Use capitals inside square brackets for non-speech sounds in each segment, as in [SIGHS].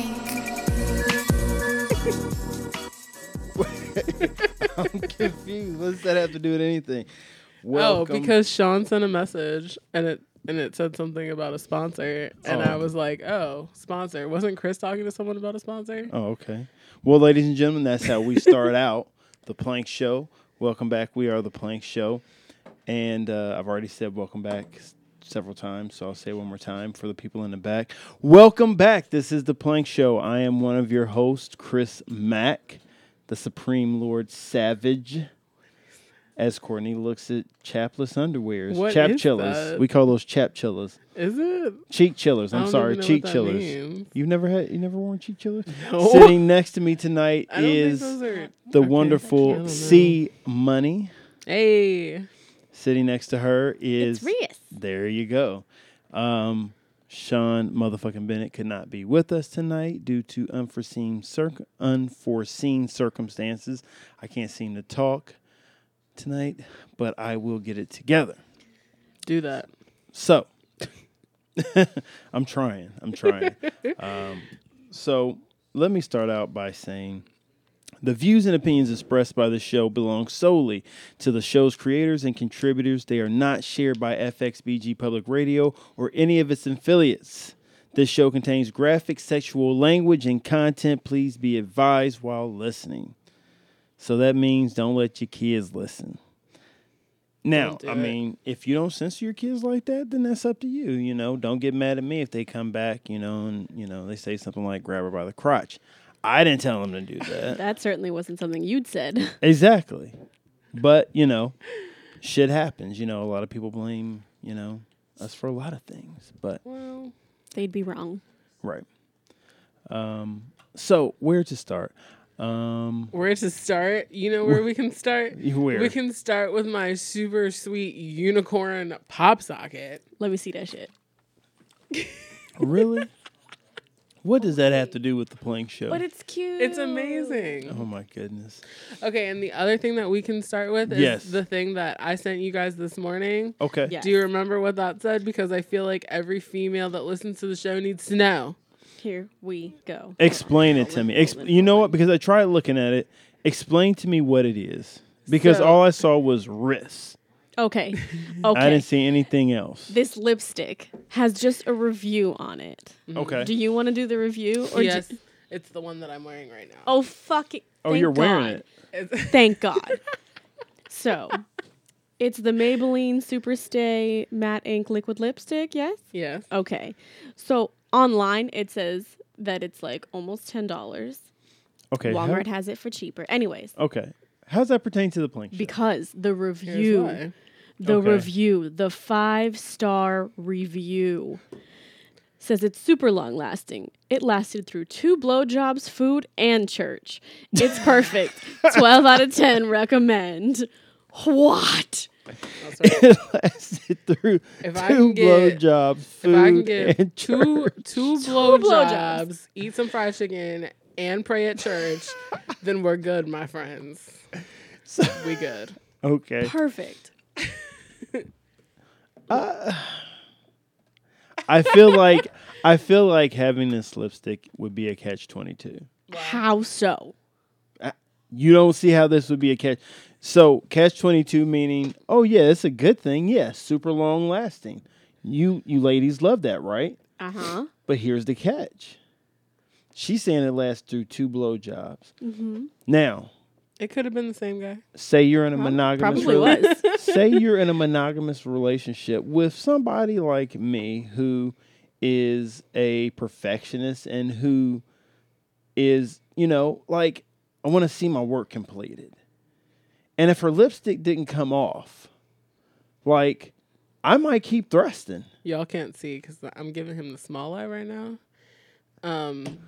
[LAUGHS] does that have to do with anything? Oh, Welcome. because Sean sent a message and it and it said something about a sponsor, and I Oh. was like, "Oh, sponsor." Wasn't Chris talking to someone about a sponsor? Oh, okay. Well, ladies and gentlemen, that's how [LAUGHS] we start out the Plank Show. Welcome back. We are the Plank Show, and uh, I've already said welcome back s- several times, so I'll say it one more time for the people in the back. Welcome back. This is the Plank Show. I am one of your hosts, Chris Mack, the Supreme Lord Savage. As Courtney looks at chapless underwears, What chap is chillas. that? We call those chap chillas, Is it? cheek chillers. I I'm don't sorry, even know cheek what that chillers. means. You've never had, you never worn cheek chillers. [LAUGHS] No. Sitting next to me tonight I don't is think those are. the okay, I don't wonderful know. C Money. Hey, Sitting next to her is It's Rius. there. You go. Um, Sean motherfucking Bennett could not be with us tonight due to unforeseen circ- unforeseen circumstances. I can't seem to talk tonight, but I will get it together. do that. So [LAUGHS] I'm trying. I'm trying. um, so let me start out by saying the views and opinions expressed by the show belong solely to the show's creators and contributors. They are not shared by FXBG Public Radio or any of its affiliates. This show contains graphic sexual language and content. Please be advised while listening. So that means don't let your kids listen. Now, Don't do I it. mean, if you don't censor your kids like that, then that's up to you. You know, don't get mad at me if they come back, you know, and, you know, they say something like grab her by the crotch. I didn't tell them to do that. [LAUGHS] That certainly wasn't something you'd said. [LAUGHS] Exactly. But, you know, shit happens. You know, a lot of people blame, you know, us for a lot of things. But, Well, They'd be wrong. right. Um, so, where to start? Um, where to start? You know where we [LAUGHS] can start. Where? we can start with my super sweet unicorn pop socket. Let me see that shit. really? what does that have to do with the plank show? But it's cute. It's amazing. oh, my goodness. Okay, and the other thing that we can start with is Yes. the thing that I sent you guys this morning. Okay. Yeah. Do you remember what that said? Because I feel like every female that listens to the show needs to know. Here we go. Explain it to me. Ex- you know what? Because I tried looking at it. Explain to me what it is. Because So- all I saw was wrists. [LAUGHS] Okay. I Okay. didn't see anything else. This lipstick has just a review on it. okay. Do you want to do the review? Or yes, ju- it's the one that I'm wearing right now. oh, fuck it. oh, Thank you're wearing God. it. It's- [LAUGHS] Thank [LAUGHS] God. so, it's the Maybelline Superstay Matte Ink Liquid Lipstick, yes? yes. Okay. So, online it says that it's like almost $10. Okay. how- Walmart has it for cheaper. Anyways, Okay. How does that pertain to the plank show? because the Here's review, why. the Okay. review, the five star review says it's super long lasting. It lasted through two blowjobs, food, and church. It's [LAUGHS] perfect. 12 out of 10 recommend. What? That's right. [LAUGHS] it [LAUGHS] lasted through If I two can get- blowjobs, food, if I can get and two church. two blowjobs. blowjobs, eat some fried chicken, and pray at church, then we're good, my friends. So- We good. Okay. Perfect. I feel like I feel like having this lipstick would be a catch twenty two. How so? You don't see how this would be a catch. So catch twenty two meaning, oh yeah, it's a good thing. Yeah, super long lasting. You you ladies love that, right? Uh Uh-huh. huh. But here's the catch. She's saying it lasts through two blowjobs. Now, It could have been the same guy. say you're in a monogamous Probably rela- was. say you're in a monogamous relationship with somebody like me who is a perfectionist and who is, you know, like I want to see my work completed. And if her lipstick didn't come off, like I might keep thrusting. Y'all can't see because I'm giving him the small eye right now. Um,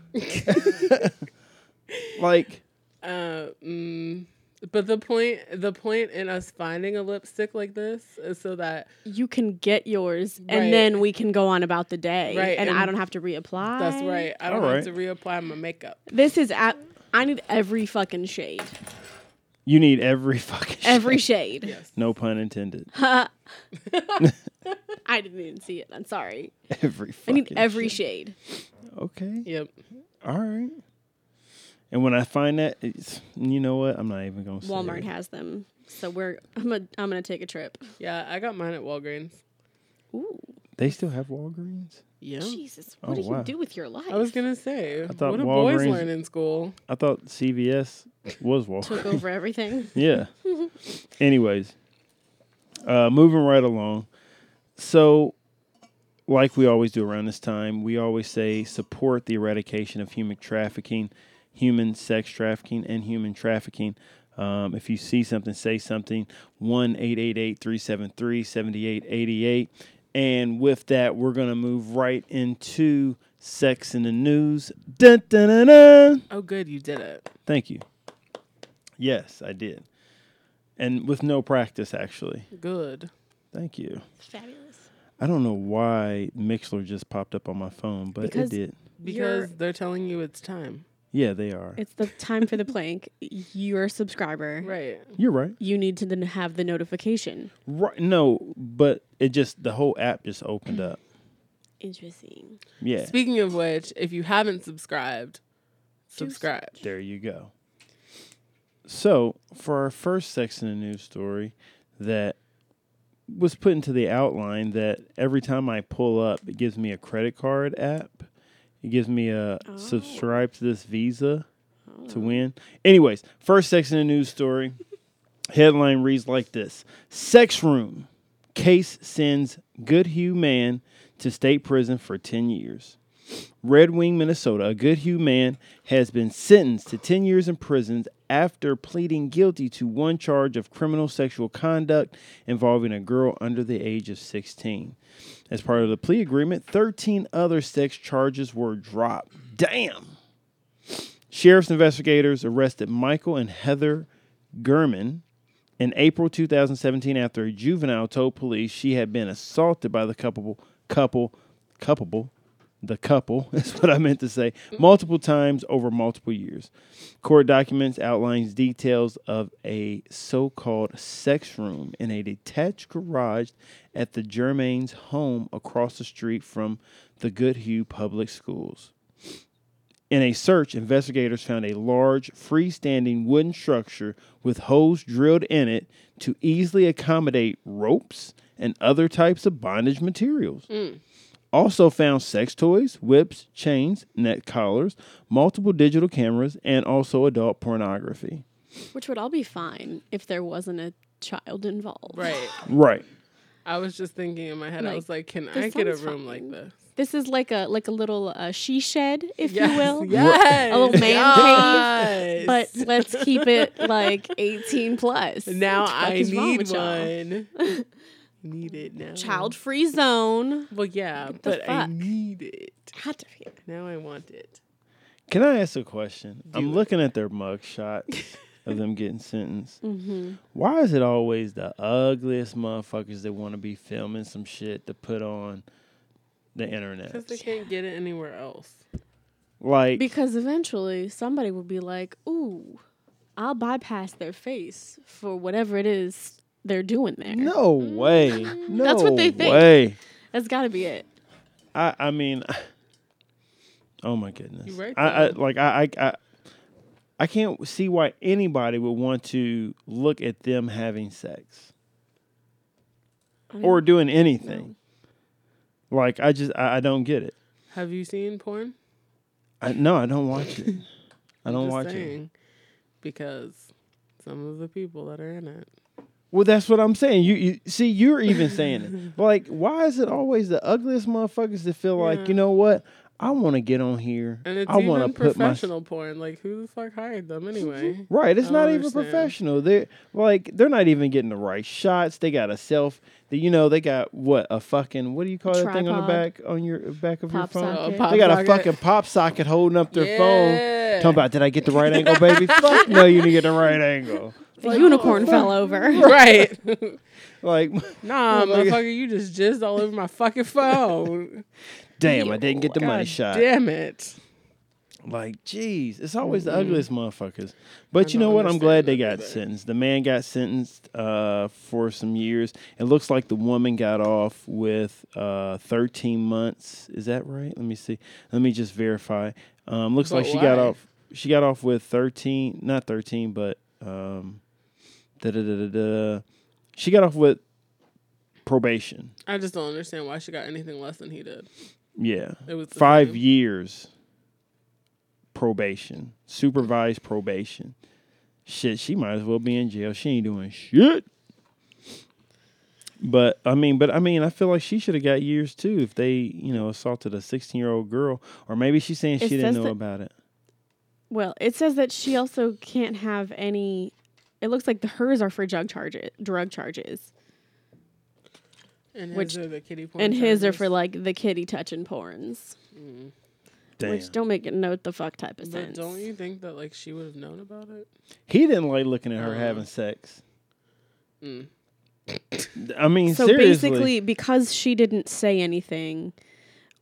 Like uh, mm, but the point, the point in us finding a lipstick like this is so that [LAUGHS] You can get yours, Right. and then we can go on about the day, Right, and, and- I don't have to reapply. that's right. I don't All have to reapply my makeup. This is at. I need every fucking shade. you need every [LAUGHS] fucking Every shade. Yes. No pun [LAUGHS] intended. I didn't even see it. I'm sorry. Every I fucking need every shit. shade. Okay. Yep. All right. And when I find that, it's, you know what? I'm not even gonna. Say Walmart it. has them. So we're I'm gonna, I'm gonna take a trip. Yeah, I got mine at Walgreens. Ooh, They still have Walgreens? Yeah. Jesus! Oh, What do wow. you do with your life? I was gonna say, thought what do boys Walgreens- learn in school? I thought CVS was Walgreens. [LAUGHS] took over everything. yeah. Anyways, uh, moving right along. So, like we always do around this time, we always say support the eradication of human trafficking, human sex trafficking, and human trafficking. Um, if you see something, say something. 1 888 373 7888. And with that, we're going to move right into sex in the news. Dun, dun, dun, dun. Oh, good, you did it. Thank you. Yes, I did. And with no practice, actually. Good. Thank you. [LAUGHS] Fabulous. I don't know why Mixler just popped up on my phone, but Because- it did. Because You're- they're telling you it's time. Yeah, they are. It's the time for the plank. You're a subscriber. Right. You're right. You need to then have the notification. Right. No, but it just the whole app just opened up. Interesting. Yeah. Speaking of which, if you haven't subscribed, [LAUGHS] subscribe. There you go. So, for our first Sex in the News story that was put into the outline that every time I pull up, it gives me a credit card app. It gives me a subscribe to this Visa to win. Anyways, first Sex in the News story headline reads like this Sex Room Case sends Good Hugh man to state prison for 10 years. Red Wing, Minnesota, a Good Hugh man has been sentenced to 10 years in prison after pleading guilty to one charge of criminal sexual conduct involving a girl under the age of 16. As part of the plea agreement, 13 other sex charges were dropped. Damn! Sheriff's investigators arrested Michael and Heather Gurman in April 2017 after a juvenile told police she had been assaulted by the couple, couple, culpable, the couple [LAUGHS] is what I meant to say, multiple times over multiple years. Court documents outlines details of a so-called sex room in a detached garage at the Germain's home across the street from the Good Hugh Public Schools. In a search, investigators found a large, freestanding wooden structure with holes drilled in it to easily accommodate ropes and other types of bondage materials. Also found sex toys, whips, chains, neck collars, multiple digital cameras, and also adult pornography. Which would all be fine if there wasn't a child involved. Right. Right. I was just thinking in my head, I Like, was like, can this I get a sounds room like fine. this? This is like a like a little uh, she shed, if [LAUGHS] you will. Yes. A little man yes. But let's keep it like 18 plus. now What the fuck I is wrong need with y'all? one. [LAUGHS] need it now. Child free zone. Well, yeah, the but I fuck? need it. Out of here. Now I want it. Can I ask a question? Do I'm it. looking at their [LAUGHS] mugshots of them getting sentenced. Mm-hmm. Why is it always the ugliest motherfuckers that want to be filming some shit to put on the Because internet? they can't get it anywhere else. Like, Because eventually somebody will be like, ooh, I'll bypass their face for whatever it is they're doing there. no way. No Mm-hmm. That's what they think. Way. That's got to be it. I, I mean, [SIGHS] oh my goodness. You're right, I, I though. like I, I I I can't see why anybody would want to look at them having sex I mean, or doing anything. Like I just I, I don't get it. Have you seen porn? I, no, I don't watch [LAUGHS] it. I don't Just watch it. saying, Because some of the people that are in it. Well, that's what I'm saying. You, you see, you're even saying [LAUGHS] it. But, Like, why is it always the ugliest motherfuckers that feel like, you Yeah. know what? I want to get on here. And it's I want even to put my professional porn. Like, who the fuck hired them [LAUGHS] anyway? right. It's I not don't even understand. professional. They're like, they're not even getting the right shots. They got a self. That you know, they got what a fucking what do you call that thing on the Tripod. back on your back of Pop your phone? socket. Oh, They pop They got a socket. fucking pop socket holding up their phone. Yeah. Talking about, did I get the right angle, baby? Fuck no, you didn't get the right angle. the unicorn fell over. [LAUGHS] Right. [LAUGHS] Like, [LAUGHS] nah, Motherfucker. motherfucker, you just jizzed all over my fucking phone. damn, [LAUGHS] I didn't get the money God shot. Damn it. Like, jeez, it's always the ugliest motherfuckers. But you know don't what? I'm glad understand they that got either. sentenced. The man got sentenced uh, for some years. It looks like the woman got off with uh, 13 months. Is that right? Let me see. Let me just verify. Um, looks But like she got why? off. She got off with 13, not 13, but um, Da da da da da. She got off with probation. I just don't understand why she got anything less than he did. Yeah. It was the Five same. years probation, supervised probation. Shit, she might as well be in jail. She ain't doing shit. But I mean, but I mean, I feel like she should have got years too if they, you know, assaulted a sixteen-year-old girl, or maybe she's saying It she didn't says know that- about it. Well, it says that she also can't have any. It looks like the hers are for drug charges, drug charges, And Which- his are the kitty porn and his are for charges. like the kitty touching porns, Damn, which don't make it note the fuck type of But sense. don't you think that like she would have known about it? he didn't like looking at her Uh. having sex. Mm. I mean, so seriously, basically, because she didn't say anything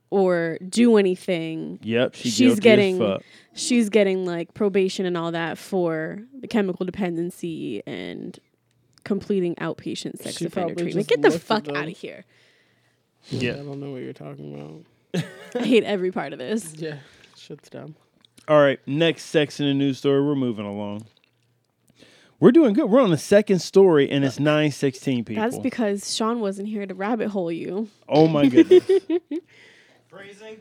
or do anything, yep, she she's guilty as getting- fuck. she's getting like probation and all that for the chemical dependency and completing outpatient sex She offender probably treatment. just Get the looked at fuck them. out of here. Yeah. I don't know what you're talking about. I hate every part [LAUGHS] of this. Yeah, shit's dumb. All right, next section of news story. We're moving along. We're doing good. We're on the second story, and it's nine sixteen people. That's because Sean wasn't here to rabbit hole you. oh my goodness! Phrasing?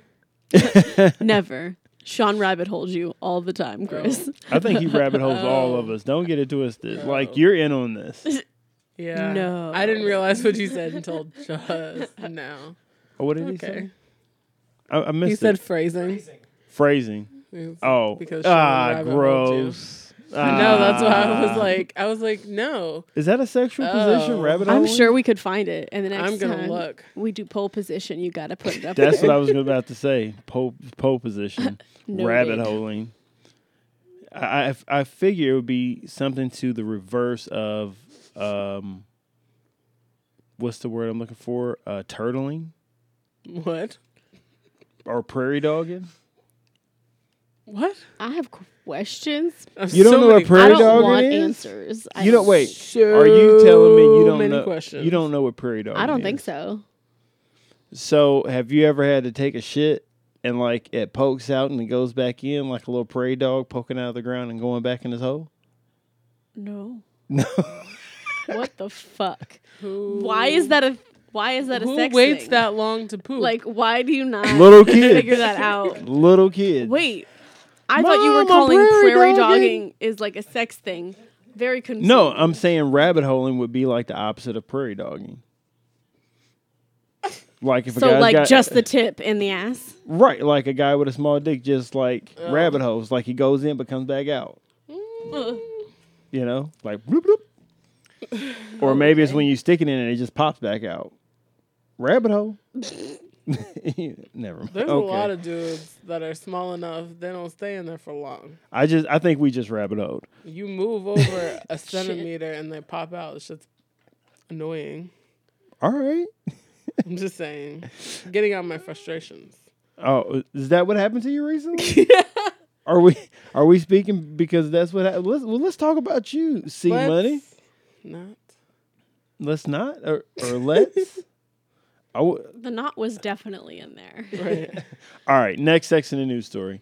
Never. Sean rabbit holes you all the time, Chris. I think [LAUGHS] he rabbit holes all Oh. of us. Don't get it twisted. Like you're in on this. Yeah. No. I didn't realize what you said until [LAUGHS] just now. Oh, what did he say? Okay. I, I missed He said it. phrasing. Phrasing. phrasing. It's- Oh, Because Sean ah, rabbit holed you. gross. [LAUGHS] I know, that's why I Ah. was like, I was like, no, Is that a sexual position? Oh. Rabbit I'm holing? sure we could find it. And the next I'm gonna time look. we do pole position, you gotta put it up. That's there. what I [LAUGHS] was about to say. Pole, pole position, Noted. rabbit holing. I, I I figure it would be something to the reverse of um, what's the word I'm looking for? Uh, turtling what? or prairie dogging. What? I have questions. You don't know what prairie I don't dog it want is? answers. I You don't wait. So Are you telling me you don't many know? questions. You don't know what prairie dog? I don't think so. So have you ever had to take a shit and like it pokes out and it goes back in like a little prairie dog poking out of the ground and going back in his hole? No. No. [LAUGHS] What the fuck? Who, Why is that a why is that a Who sex waits thing? that long to poop? like why do you not Little kids. [LAUGHS] figure that out? Little kid. Wait. I thought you were Mama, calling prairie prairie, dogging. dogging is like a sex thing. Very confusing. No, I'm saying rabbit holing would be like the opposite of prairie dogging. Like if a so guy like got, just the tip in the ass. right, like a guy with a small dick just like rabbit holes, like he goes in but comes back out. Mm. You know, like bloop bloop. Oh, Or maybe it's when you stick it in and it just pops back out. Rabbit [LAUGHS] hole. [LAUGHS] Never mind. There's okay. a lot of dudes that are small enough they don't stay in there for long. I just I think we just rabbit holed. You move over a centimeter and they pop out. It's just annoying. All right. I'm just saying, getting out my frustrations. Oh, is that what happened to you recently? Are we are we speaking because that's what happened? Let's, well, let's talk about you, C Let's Money. Not. Let's not or, or let's. I w- The knot was definitely in there. Right. all right. Next section of news story.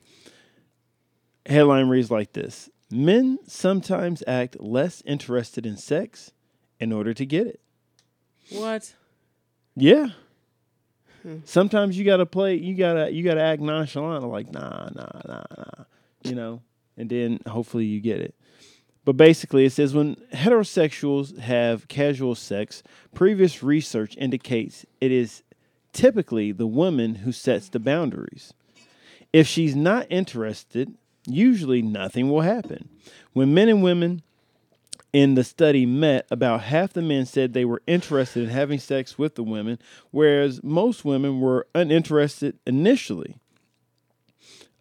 Headline reads like this: Men sometimes act less interested in sex in order to get it. what? Yeah. Sometimes you gotta play. You gotta you gotta act nonchalant, like nah, nah, nah, nah. You know, and then hopefully you get it. But basically, it says when heterosexuals have casual sex, previous research indicates it is typically the woman who sets the boundaries. If she's not interested, usually nothing will happen. When men and women in the study met, about half the men said they were interested in having sex with the women, whereas most women were uninterested initially.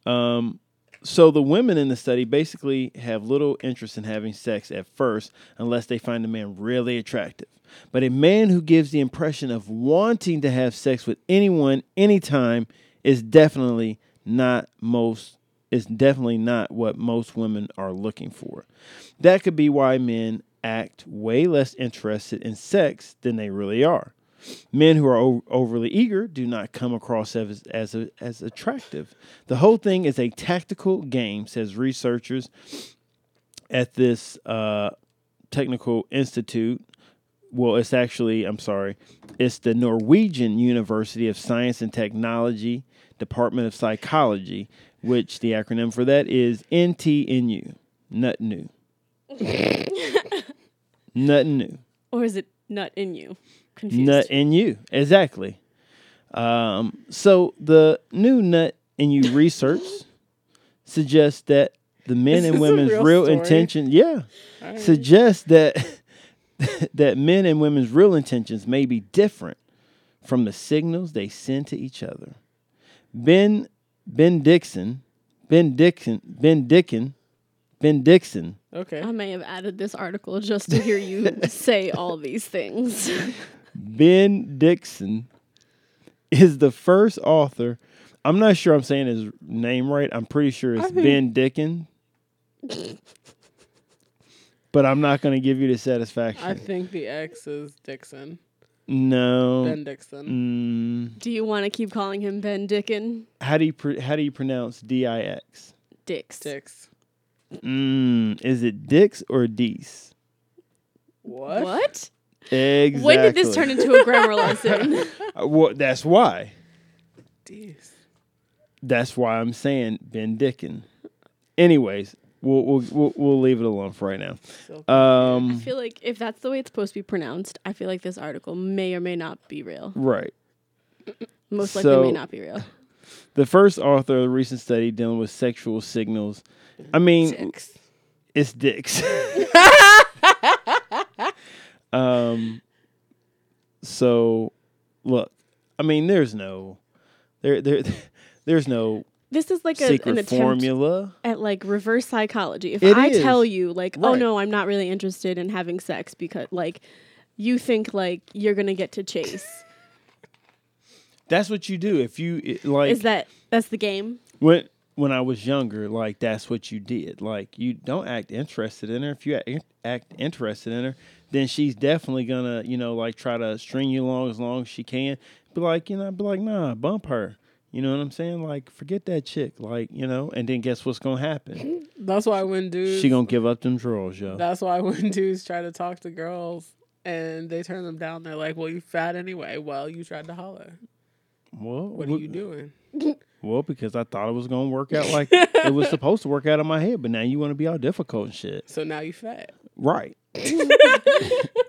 Um, so the women in the study basically have little interest in having sex at first unless they find the man really attractive. But a man who gives the impression of wanting to have sex with anyone anytime is definitely not most is definitely not what most women are looking for. That could be why men act way less interested in sex than they really are. Men who are o- overly eager do not come across as as, as attractive. The whole thing is a tactical game, says researchers at this uh, Technical Institute. Well, it's actually, I'm sorry, it's the Norwegian University of Science and Technology Department of Psychology, which the acronym for that is NTNU. Nut new. Nothing new. Or is it nut in you? Confused. Nut in you. Exactly. Um, so the new nut in you research [COUGHS] suggests that the men Is and this a women's real real, story? intention yeah suggests that [LAUGHS] that men and women's real intentions may be different from the signals they send to each other. Ben Ben Dixon, Ben Dixon, Ben Dickin, Ben Dixon Okay. I may have added this article just to [LAUGHS] hear you say all these things. Ben Dixon is the first author. I'm not sure I'm saying his name right. I'm pretty sure it's Ben Dickin. but I'm not going to give you the satisfaction. I think the X is Dixon. no. Ben Dixon. Mm, Do you want to keep calling him Ben Dickin? how do you pr- how do you pronounce D I X? Dix. Dix. Mm, is it Dix or Dees? What? What? Exactly. When did this turn into a grammar lesson? Uh, well, that's why. Deez. That's why I'm saying Ben Dickin. Anyways, we'll we'll we'll, we'll leave it alone for right now. So I Um, feel like if that's the way it's supposed to be pronounced, I feel like this article may or may not be real. right. Most So- likely may not be real. The first author of the recent study dealing with sexual signals. I mean, Dix. it's [LAUGHS] dicks. um, so look, I mean, there's no, there, there, [LAUGHS] there's no This is like a, an secret attempt formula. at like reverse psychology. If It I is. tell you like, oh Right. no, I'm not really interested in having sex because like you think like you're gonna get to chase. That's what you do if you it- like. is that that's the game? when when I was younger, like that's what you did. Like you don't act interested in her. If you act, act interested in her, then she's definitely gonna, you know, like try to string you along as long as she can. Be like, you know, be like, nah, bump her. You know what I'm saying? Like, forget that chick. Like, you know, and then guess what's gonna happen? That's why when dudes. She gonna give up them drawers, yo. That's why when [LAUGHS] dudes try to talk to girls and they turn them down, they're like, "Well, you fat anyway." Well, you tried to holler. Well, What are you doing? Well, because I thought it was gonna work out [LAUGHS] like it was supposed to work out in my head, but now you want to be all difficult and shit, So now you fat. right?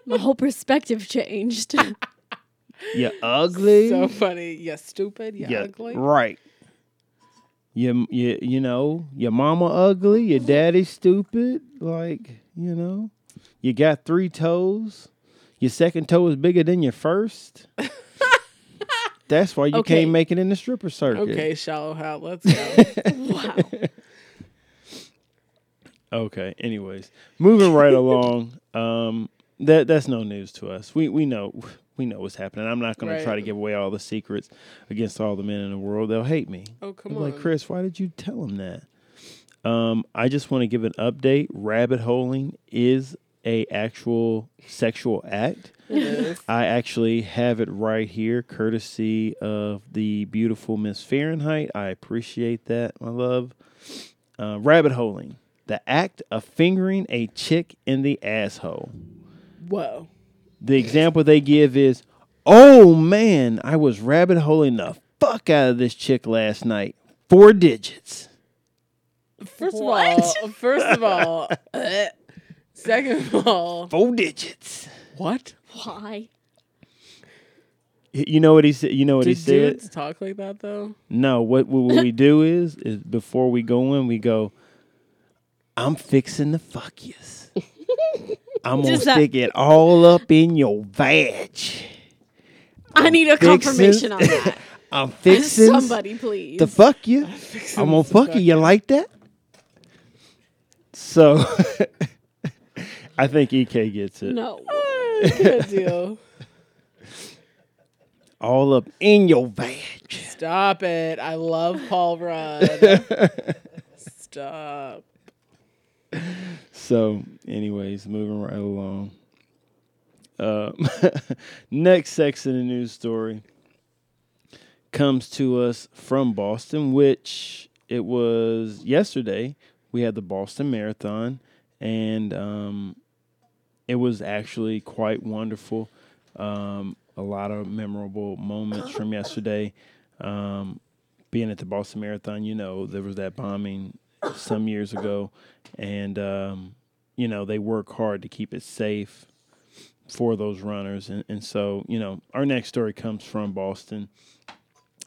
My whole perspective changed. [LAUGHS] You ugly. So funny. You stupid. You Yeah, ugly. right. You, you, you know, your mama ugly, your daddy stupid. Like, you know, you got three toes. Your second toe is bigger than your first. [LAUGHS] That's why you Okay. can't make it in the stripper circuit. Okay, shallow hat. Let's go. wow. Okay. Anyways, moving right along. Um, that that's no news to us. We we know we know what's happening. I'm not going to try Right. to give away all the secrets against all the men in the world. They'll hate me. oh come I'm on. like, Chris, why did you tell him that? Um, I just want to give an update. Rabbit holing is a actual sexual act. It is. I actually have it right here, courtesy of the beautiful Miss Fahrenheit. I appreciate that, my love. Uh, rabbit holing, the act of fingering a chick in the asshole. Whoa. The example they give is, "Oh man, I was rabbit holing the fuck out of this chick last night, four digits." First of What? all, first of all, eh. second of all, Four digits. what? Why? You know what he said? You know what Do he said? dudes talk like that though? No, what, what we do is is before we go in, we go. I'm fixing the fuck yous. I'm gonna Does that- stick it all up in your vag. I need a Fixing- confirmation on that. I'm fixing Somebody please. the fuck you. fixing I'm gonna the fuck fuck you. You like that? So, [LAUGHS] I think Ek gets it. no. Eh, Good deal. All up in your vag. Stop it. I love Paul Rudd. Stop. So, anyways, moving right along. Uh, [LAUGHS] next sex in the news story comes to us from Boston, which it was yesterday. We had the Boston Marathon, and um, It was actually quite wonderful. Um, a lot of memorable moments from yesterday. Um, being at the Boston Marathon, you know, there was that bombing some years ago, and um, you know they work hard to keep it safe for those runners, and, and so you know our next story comes from Boston,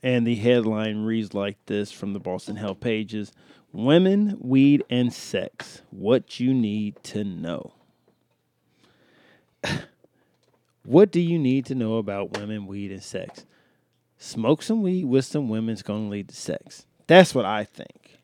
and the headline reads like this from the Boston Health Pages: Women, Weed, and Sex: What You Need to Know. [LAUGHS] what do you need to know about women, weed, and sex? Smoke some weed with some women's gonna lead to sex. That's what I think.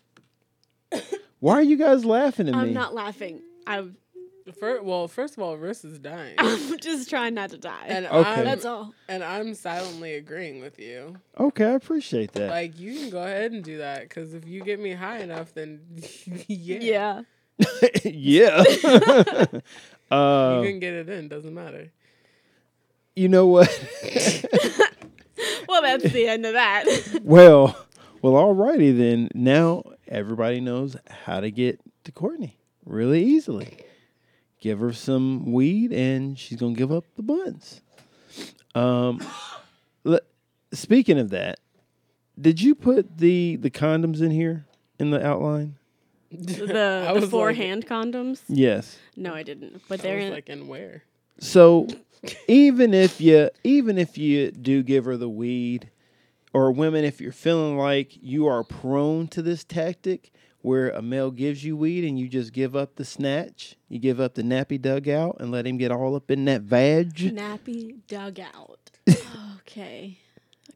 [COUGHS] Why are you guys laughing at me? I'm not laughing. I'm, [LAUGHS] Fir well, first of all, Riss is dying, I'm just trying not to die. and Okay. I'm [LAUGHS] That's all. and I'm silently agreeing with you. Okay, I appreciate that. Like you can go ahead and do that because if you get me high enough, then [LAUGHS] yeah, Yeah. [LAUGHS] yeah. [LAUGHS] you uh, can get it in. Doesn't matter. you know what? [LAUGHS] Well, that's the end [LAUGHS] of that. well, well, alrighty then. Now everybody knows how to get to Courtney really easily. Give her some weed, and she's gonna give up the buns. Um, [COUGHS] le- speaking of that, did you put the the condoms in here in the outline? I the the was four like- hand condoms. Yes. No, I didn't. But I they're was in. like, and where? So even if you even if you do give her the weed, or women, if you're feeling like you are prone to this tactic where a male gives you weed and you just give up the snatch, you give up the nappy dugout and let him get all up in that vag. nappy [LAUGHS] dugout. okay.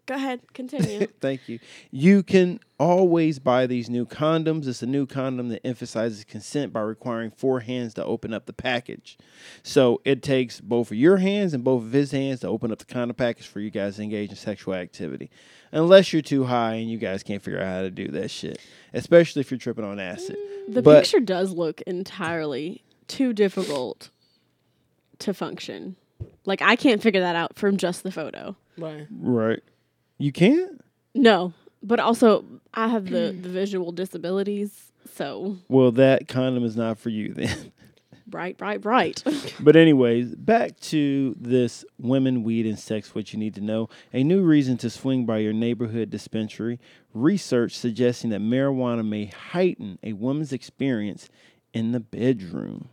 Go ahead. [LAUGHS] Continue. Thank you. You can always buy these new condoms. It's a new condom that emphasizes consent by requiring four hands to open up the package. So it takes both of your hands and both of his hands to open up the condom package for you guys to engage in sexual activity. Unless you're too high and you guys can't figure out how to do that shit, especially if you're tripping on acid. The But- picture does look entirely too difficult to function. Like I can't figure that out from just the photo. Why? Right. You can't? No, but also I have [CLEARS THROAT] the, the visual disabilities, so Well, that condom is not for you then. right, right, right. But anyways, back to this women, weed, and sex. What you need to know: a new reason to swing by your neighborhood dispensary. Research suggesting that marijuana may heighten a woman's experience in the bedroom.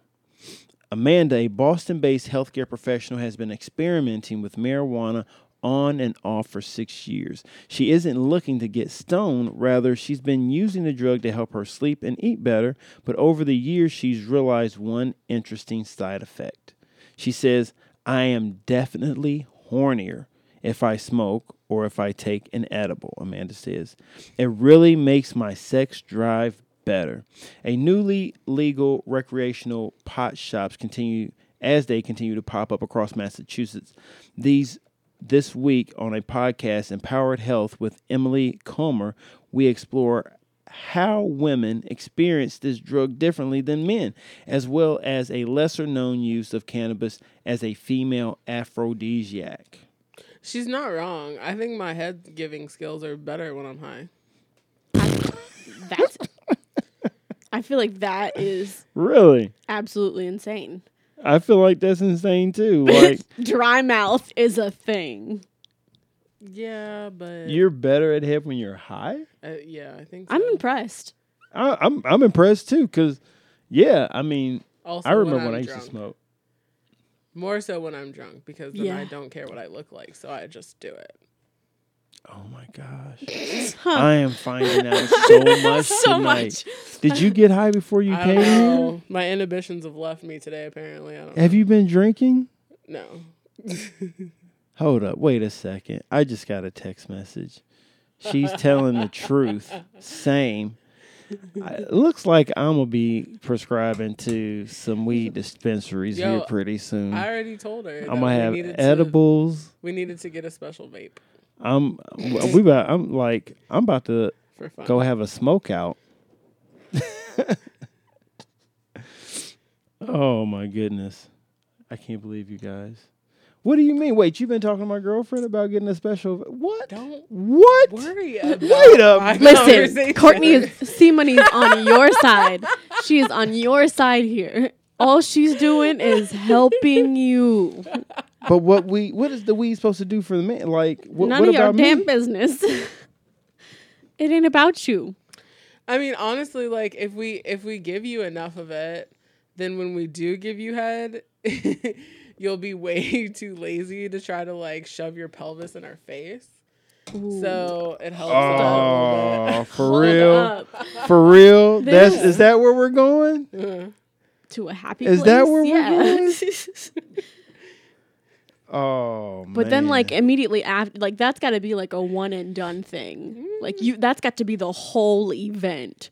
Amanda, a Boston based healthcare professional, has been experimenting with marijuana on and off for six years. She isn't looking to get stoned, rather, she's been using the drug to help her sleep and eat better, but over the years, she's realized one interesting side effect. She says, I am definitely hornier if I smoke or if I take an edible, Amanda says. It really makes my sex drive better. A newly legal recreational pot shops continue as they continue to pop up across Massachusetts. These this week on a podcast, Empowered Health with Emily Comer, we explore how women experience this drug differently than men, as well as a lesser known use of cannabis as a female aphrodisiac. She's not wrong. I think my head giving skills are better when I'm high. [LAUGHS] That's [LAUGHS] I feel like that is Really? absolutely insane. I feel like that's insane [LAUGHS] too. Like Dry mouth is a thing. Yeah, but you're better at head when you're high? uh, yeah, I think so. I'm [CLEARS THROAT] impressed. I, I'm I'm impressed too, cause yeah, I mean, Also, I remember when, I'm I used drunk. to smoke. More so when I'm drunk because then I Yeah. don't care what I look like, so I just do it. Oh my gosh, [LAUGHS] Huh. I am finding out so much so tonight. much. Did you get high before you I came don't here? know. My inhibitions have left me today. Apparently, I don't. Have you been drinking? know. No. Hold up, wait a second. I just got a text message. She's telling the truth. Same. I- It looks like I'm gonna be prescribing to some weed dispensaries Yo, here pretty soon. I I, already told her. that am gonna we have needed to- edibles. we needed to get a special vape I'm we about, I'm like I'm about to for fun. go have a smoke out. [LAUGHS] oh my goodness. I can't believe you guys. What do you mean? Wait, you've been talking to my girlfriend about getting a special what? Don't what? [LAUGHS] worry. About Wait a my Listen, conversation. [LAUGHS] Courtney is C Money's on your side. She is on your side here. All she's doing is helping you. But what we what is the we supposed to do for the man? Like what, None what of your about me? damn business. [LAUGHS] it ain't about you. I mean, honestly, like if we if we give you enough of it, then when we do give you head, [LAUGHS] you'll be way [LAUGHS] too lazy to try to like shove your pelvis in our face. So it helps. out Oh, for Hold real, up for real. There's- That's is that where we're going? a little bit. to a happy Is place. that where we're yeah. going? Oh, [LAUGHS] But then, man. like immediately after, like that's got to be like a one and done thing. Like you, that's got to be the whole event.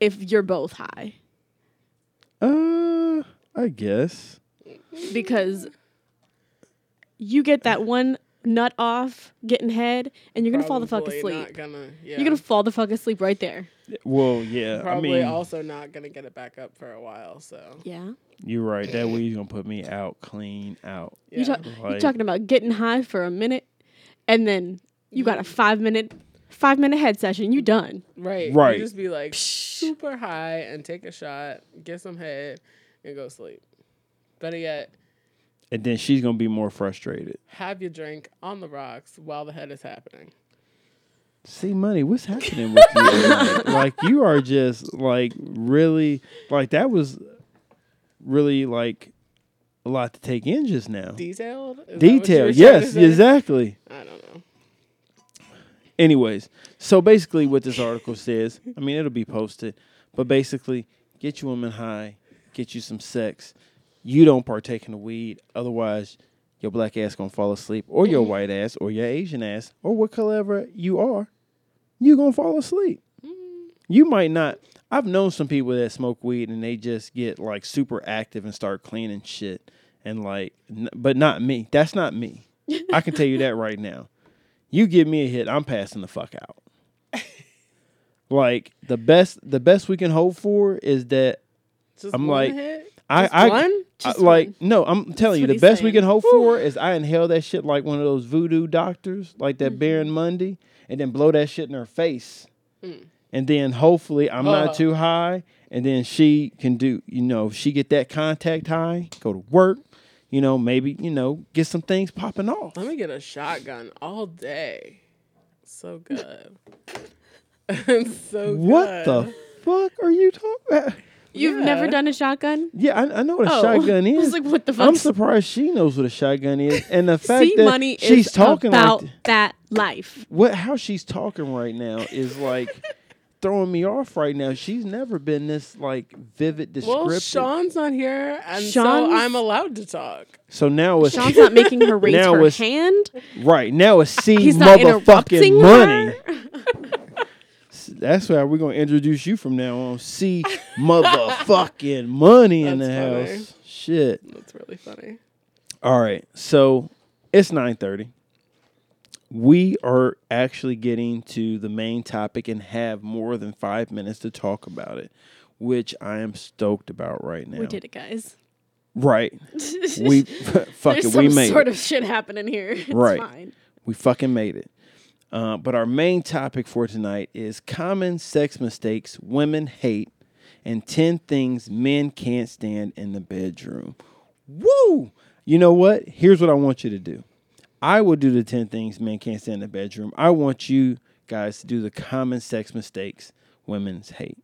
If you're both high, uh, I guess. because you get that one nut off, getting head, and you're gonna fall the fuck Probably asleep. Not gonna, yeah. You're gonna fall the fuck asleep right there. Well, yeah. probably I mean, also not gonna get it back up for a while. So Yeah, you're right. That Eh. way you're gonna put me out, clean out. you yeah. talk, you're Like- talking about getting high for a minute, and then you got a five minute, five minute head session. You done. right, you Right. just be like Psh. super high and take a shot, get some head, and go sleep. Better yet, And then she's gonna be more frustrated. have your drink on the rocks while the head is happening. See, money, what's happening with you? lately? [LAUGHS] like you are just like really like that was really like a lot to take in just now. Detailed? Is that what you were Detail, trying to yes, say? exactly. I don't know. Anyways, so basically, what this article says, I mean, it'll be posted, but basically, get you women high, get you some sex. You don't partake in the weed, otherwise, your black ass gonna fall asleep, or your white ass, or your Asian ass, or what color you are, you gonna fall asleep. You might not. I've known some people that smoke weed and they just get like super active and start cleaning shit, and like, n- but not me. That's not me. I can tell you that right now you give me a hit, I'm passing the fuck out. [LAUGHS] like the best, the best we can hope for is that Just I'm one like, hit? I, Just I, one? I- Just like, one. no, I'm telling you, what the he's best we saying. can hope for is I inhale that shit like one of those voodoo doctors, like Mm-hmm. that Baron Mundy, and then blow that shit in her face, Mm. and then hopefully I'm Uh. not too high, and then she can do, you know, if she get that contact high, go to work, you know, maybe you know, get some things popping off. Oh Let me get a shotgun all day. So good. [LAUGHS] so What good. the fuck are you talking about? You've never Yeah. done a shotgun. Yeah, I, I know what a Oh. [LAUGHS] shotgun I is. was like, what the I'm fuck's- surprised she knows what a shotgun is, and the fact [LAUGHS] See, that money she's is talking like about th- that [LAUGHS] life. what how she's talking right now is [LAUGHS] like throwing me off right now. She's never been this like vivid descriptive. Well, Sean's not here, and Sean's- so I'm allowed to talk. so now it's Sean's not making her raise Now her it's- hand. [LAUGHS] right now it's see He's not motherfucking interrupting money. S- That's why we're gonna introduce you from now on. See motherfucking money [LAUGHS] in the That's funny. house. Shit. That's really funny. All right. So it's 9:30. We are actually getting to the main topic and have more than 5 minutes to talk about it, which I am stoked about right now. We did it, guys. [LAUGHS] Right. We [LAUGHS] fuck There's it, some we made sort it. of shit happening here. [LAUGHS] It's Right. fine. we fucking made it. Uh, but our main topic for tonight is common sex mistakes women hate and 10 things men can't stand in the bedroom. Woo! You know what? Here's what I want you to do. I will do the 10 things men can't stand in the bedroom. I want you guys to do the common sex mistakes women's hate.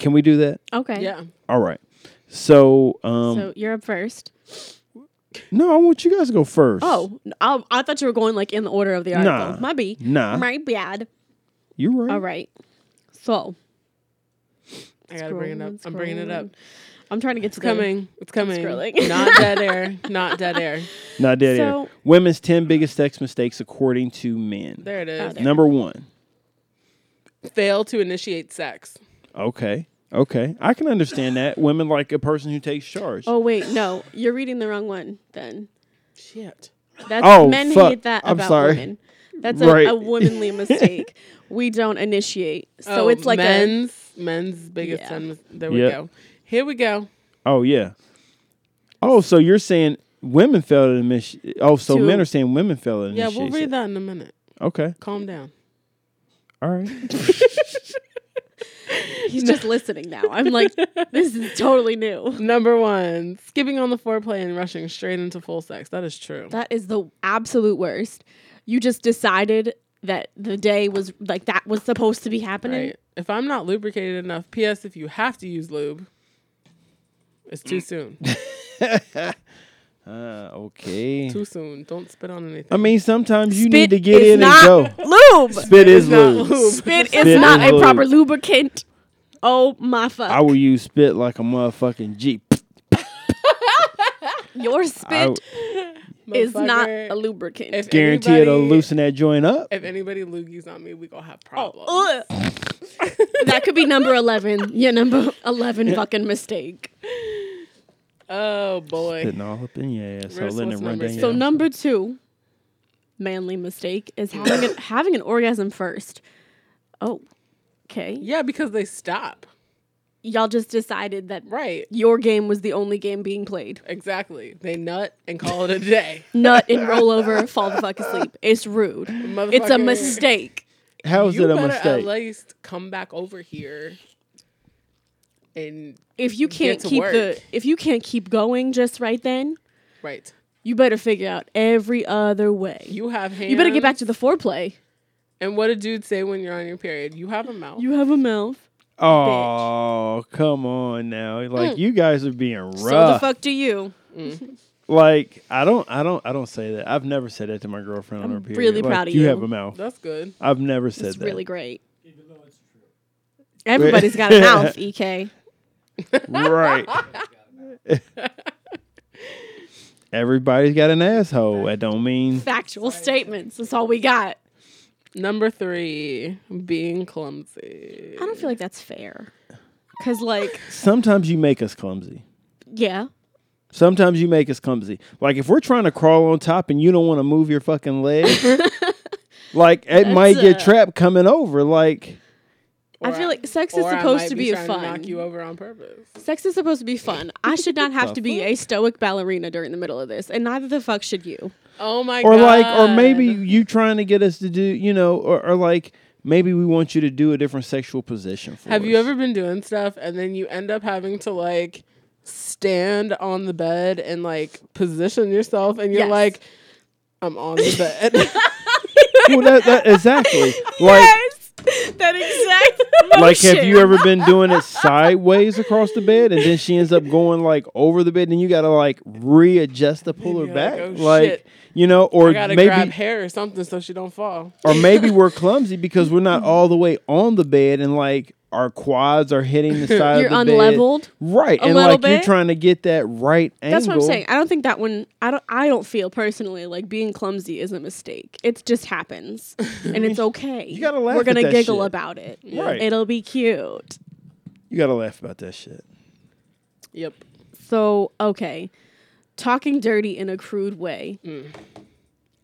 Can we do that? Okay. Yeah. All right. So, um, so you're up first. no, I want you guys to go first. Oh, I, I thought you were going like in the order of the Nah. article. My B. Nah. My bad. You're right. All right. So I gotta bring it up. I'm bringing it up. scrolling. I'm trying to get It's to the- coming. It's coming. [LAUGHS] scrolling. Not dead [LAUGHS] air. Not dead air. Not dead So- air. Women's 10 biggest sex mistakes according to men. There it Got is. it. Number one. Fail to initiate sex. Okay. Okay. I can understand that. Women like a person who takes charge. Oh wait, no, you're reading the wrong one. Then Shit. that's Oh, men fuck. hate that I'm about sorry. women. That's a, Right. a womanly mistake. we don't initiate, so Oh, it's like a men's men's biggest Yeah. sin. There we Yep. go. Here we go. Oh, yeah. Oh, so you're saying women fail to initiate. Oh, so To- men are saying women fail to Yeah, initiate. we'll sex. read that in a minute. Okay. Calm down. All right. He's just listening now. I'm like, this is totally new. Number one, skipping on the foreplay and rushing straight into full sex. That is true. That is the absolute worst. You just decided that the day was like that was supposed to be happening. right. If I'm not lubricated enough, P.S. If you have to use lube, it's too [LAUGHS] soon. Uh, okay. too soon. Don't spit on anything. I mean, sometimes you Spit need to get is in and not [LAUGHS] go. Lube. Spit is not loose. lube. Spit, Spit is not is a proper lube. lubricant. Oh my fuck! I will use spit like a motherfucking jeep. Your I spit is not a lubricant. If guarantee anybody, it'll loosen that joint up. If anybody loogies on me, we gonna Oh, have problems. Ugh. that could be number eleven. Your number eleven fucking mistake. Oh boy. Spitting all up in your ass. So Where's- letting it what's run number down your six? So ass. number two, manly mistake is having an, having an orgasm first. Oh, okay. Yeah, because they stop. Y'all just decided that Right. your game was the only game being played. Exactly. They nut and call it a day. Nut and roll over, fall the fuck asleep. It's rude. It's a Motherfucker, mistake. How is it you a better at mistake? least come back over here and If you can't to keep work. the if you can't keep going just right then, right. you better figure out every other way. You, You have hands. better get back to the foreplay. And what did dude say when you're on your period? You have a mouth. You have a mouth. oh, come on now. Like you guys are being rough. Mm. So the fuck do you? like I don't, I don't, I don't say that. I've never said that to my girlfriend on her period. really Like, proud of You you. have a mouth. That's good. I've never said It's that. really great. Everybody's got [LAUGHS] a mouth, E EK. [LAUGHS] right. Everybody's got an asshole. That don't mean Factual statements. That's all we got. Number three, being clumsy. I don't feel like that's fair. Cause like, sometimes you make us clumsy. yeah, Sometimes you make us clumsy. Like if we're trying to crawl on top and you don't want to move your fucking [LAUGHS] leg, like it might get a- trapped coming over. Like I Or feel like sex or is I supposed might to be, be, a trying fun. To knock you over on purpose. Sex is supposed to be fun. I should not have to be a stoic ballerina during the middle of this, and neither the fuck should you. Oh my or god. like or maybe you trying to get us to do you know or, or like maybe we want you to do a different sexual position for Have us. you ever been doing stuff and then you end up having to like stand on the bed and like position yourself and you're Yes. like, I'm on the [LAUGHS] bed. well, that, [LAUGHS] that, exactly like yes, [LAUGHS] that exact. oh, like have you ever been doing it sideways across the bed and then she ends up going like over the bed and you gotta like readjust to pull her you're back like, "Oh, like shit." you know or I gotta grab maybe hair or something so she don't fall. or maybe we're clumsy because we're [LAUGHS] not all the way on the bed and like our quads are [LAUGHS] hitting the side You're of the unleveled. bed right a and little like you're bit. trying to get that right angle That's what I'm saying. I don't think that one. I don't. I don't feel personally like being clumsy is a mistake. It [LAUGHS] just happens, and it's okay. You gotta laugh We're at gonna that giggle shit. about it. Right. It'll be cute. you gotta laugh about that shit Yep. So okay, talking dirty in a crude way. Mm.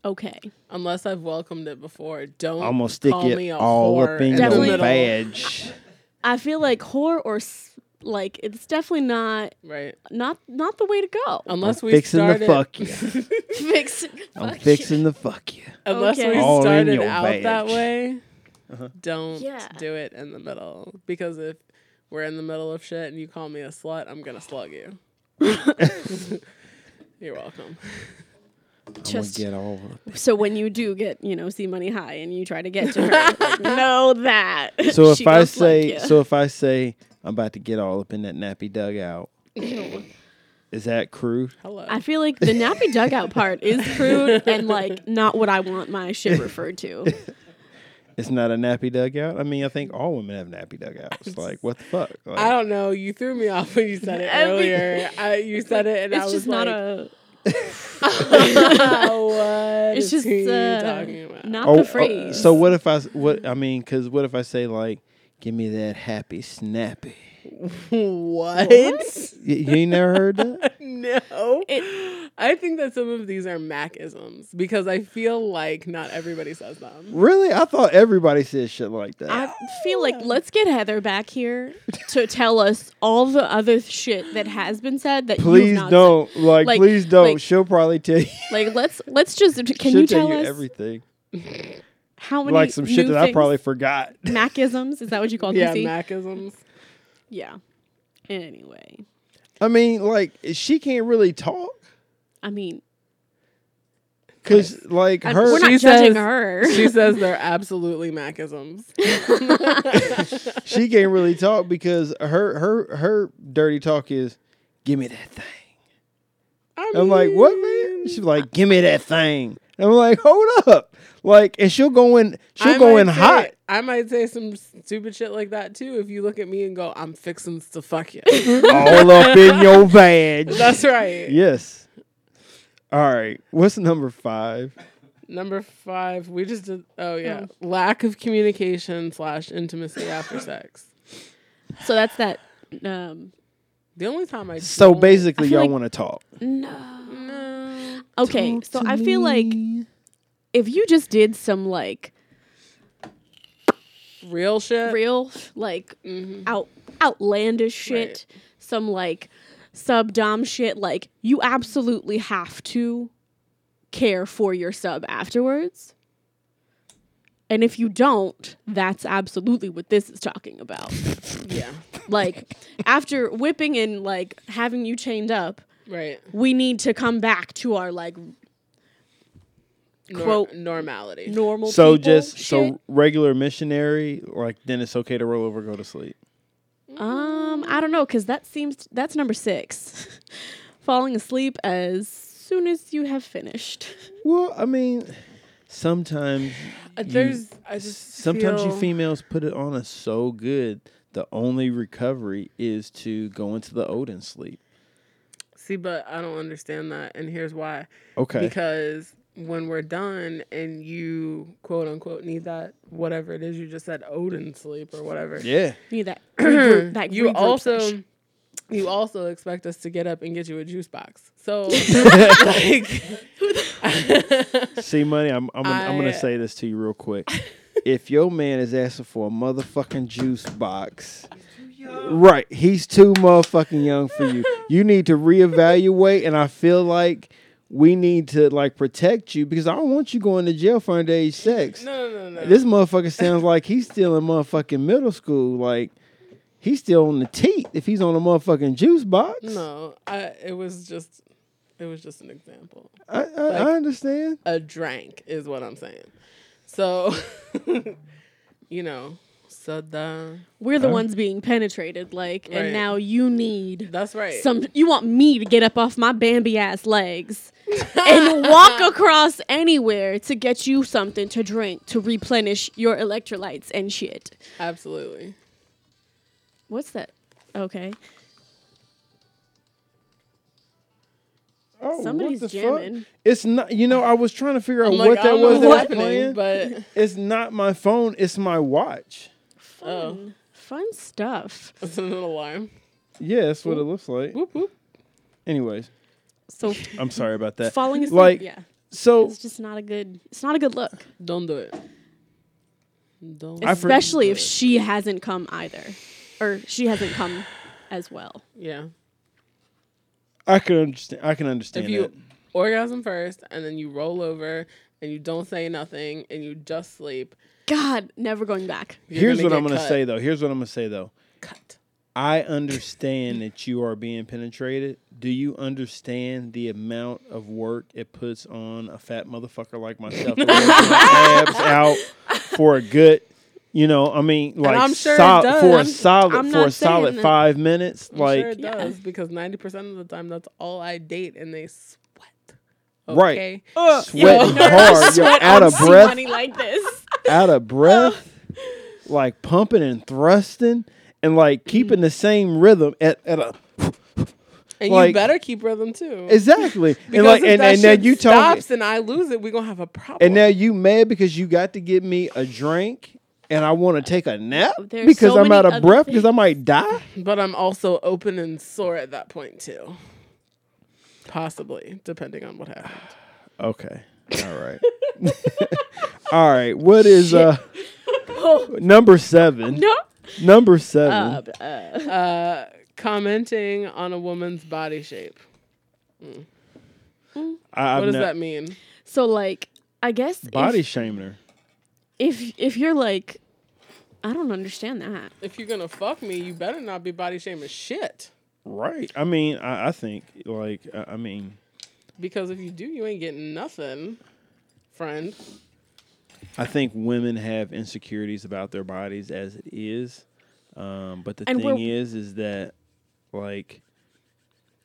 Okay. Unless I've welcomed it before. Don't I'm gonna stick call me it a all whore up in the your middle. badge. I feel like whore or s- like it's definitely not Right. not not the way to [LAUGHS] go. Unless we fixing started the fuck you. Fix. I'm fuck fixing the fuck you. unless Okay. we All in started your Uh-huh. out that badge. way, don't Yeah. do it in the middle. Because if we're in the middle of shit and you call me a slut, I'm gonna slug you. You're welcome. Just- I'm gonna get all up you. So when you do get you know see money high and you try [LAUGHS] to get to her, like, know that. So [LAUGHS] she if I don't like say, ya. so if I say, I'm about to get all up in that nappy dugout, is that crude? Hello. I feel like the nappy dugout part is crude and like not what I want [LAUGHS] my shit referred to. It's not a nappy dugout. I mean, I think all women have nappy dugouts. Like, what the fuck? Like, I don't know. You threw me off when you said it Every- earlier. I, you said it, and I It's was just like, not a. [LAUGHS] "What It's is just he uh, talking about?" not Oh, the oh, phrase. so what if I? s- What I mean, because what if I say like, give me that happy snappy? what? Y- You ain't never heard that? [LAUGHS] No. I think that some of these are Macisms because I feel like not everybody says them. Really? I thought everybody said shit like that. I feel like let's get Heather back here to tell us all the other shit that has been said that you've please not don't. Like, Like- please don't. like- She'll probably tell you. said. Like let's let's just [LAUGHS] can she'll you tell, us everything? how many like some shit new that I things- probably [LAUGHS] forgot. Macisms. Is that what you call yeah, them? Mac- Macisms. yeah. Anyway, I mean, like she can't really talk I mean, because like I- her we're not She judging says- her. She says they're absolutely Macisms. [LAUGHS] she can't really talk because her her her dirty talk is give me that thing. I I'm like, what man? Mm. She's like, give me that thing. I'm like, hold up. Like, and she'll go in she'll I go might in say- [LAUGHS] hot. I might say some stupid shit like that too. If you look at me and go, "I'm fixing to fuck [LAUGHS] you," all up in your [LAUGHS] badge. that's right. Yes. All right. What's number five? Number five, we just did. Oh yeah, lack of communication slash intimacy after sex. [LAUGHS] so that's that. Um, The only time I So don't- basically, I feel y'all like- want to talk. no. No. Okay, so I feel like if you just did some like real Uh, shit. real like mm-hmm. Mhm. out outlandish shit, some like sub dom shit, like you absolutely have to care for your sub afterwards. And if you don't, that's absolutely what this is talking [LAUGHS] about. Yeah, like after whipping and like having you chained up, right. we need to come back to our like Nor- Quote- normality. normal. So people just shit. so regular missionary, like then it's okay to roll over, go to sleep. Um, I don't know, cause that seems that's number six, [LAUGHS] falling asleep as soon as you have finished. [LAUGHS] Well, I mean, sometimes Uh, There's I just sometimes you feel- females put it on us so good. The only recovery is to go into the Odin sleep. see, but I don't understand that, and here's why. Okay. Because when we're done and you quote unquote need that whatever it is you just said Odin sleep or whatever. [CLEARS THROAT] yeah. You need that. regroup- that you regroup also session. you also expect us to get up and get you a juice box. [LAUGHS] So like [LAUGHS] See, money. I'm I'm gonna, I, am i am going I- to say this to you real [LAUGHS] quick. if your man is asking for a motherfucking juice box, right? He's too motherfucking young for [LAUGHS] you. You need to reevaluate, and I feel like we need to like protect you because I don't want you going to jail for underage sex. no no no no. This motherfucker sounds like he's still in motherfucking middle school. Like he's still on the teat if he's on a motherfucking juice box. no, I it was just it was just an example. I, I, Like- I understand. A drank is what I'm saying. So [LAUGHS] you know, so the, we're the ones being penetrated, like, Right. and now you need that's right. some. You want me to get up off my Bambi [LAUGHS] ass legs and walk across anywhere to get you something to drink to replenish your electrolytes and shit. Absolutely. What's that? Okay, Oh, what Somebody's the fuck? jamming. It's not. You know, I was trying to figure out I'm what like, I that don't know was that what's was happening, playing. but [LAUGHS] it's not my phone. It's my watch. fun, Oh. fun stuff. it's an alarm. Yeah, that's what it looks like. Whoop whoop. Anyways, So I'm sorry about that. falling asleep, like yeah. so. It's just not a good. It's not a good look, Don't do it. Don't. I for- especially if do it. she hasn't come either, or she hasn't come as well. yeah. I can understand. I can understand If you that. orgasm first and then you roll over and you don't say nothing and you just sleep, God, never going back. you're Here's gonna what I'm get gonna cut. say though. Here's what I'm gonna say though. cut. I understand that you are being penetrated. Do you understand the amount of work it puts on a fat motherfucker like myself? to work [LAUGHS] my abs out for a good, you know, I mean, like I'm sure it sol- does. for a I'm- solid I'm for a not saying solid that- five minutes. I'm like, sure it Yeah. does because 90% of the time that's all I date and they sweat. Right. Oh, Okay? sweating Yo. hard. You're out of breath. Money like this. [LAUGHS] Out of [LAUGHS] breath. like pumping and thrusting and like Mm. keeping the same rhythm at, at a And you Like- better keep rhythm too. exactly. and Because like if and, that and then shit you talk stops and I lose it, we're gonna have a problem. and now you mad because you got to get me a drink and I want to take a nap There's because so I'm out many of other breath because I might die. but I'm also open and sore at that point too. Possibly, depending on what happened. Okay. All right. [LAUGHS] All right. What is uh [LAUGHS] number 7? No. Number 7. Uh, uh, Uh, commenting on a woman's body shape. I, I've What does ne- that mean? so like, I guess if- body shaming her. if if you're like, I don't understand that. If you're gonna fuck me, you better not be body shaming shit. Right. I mean, I, I think like I, I mean, Because if you do, you ain't getting nothing, friend. I think women have insecurities about their bodies as it is. Um, but the And thing we're- is, is that like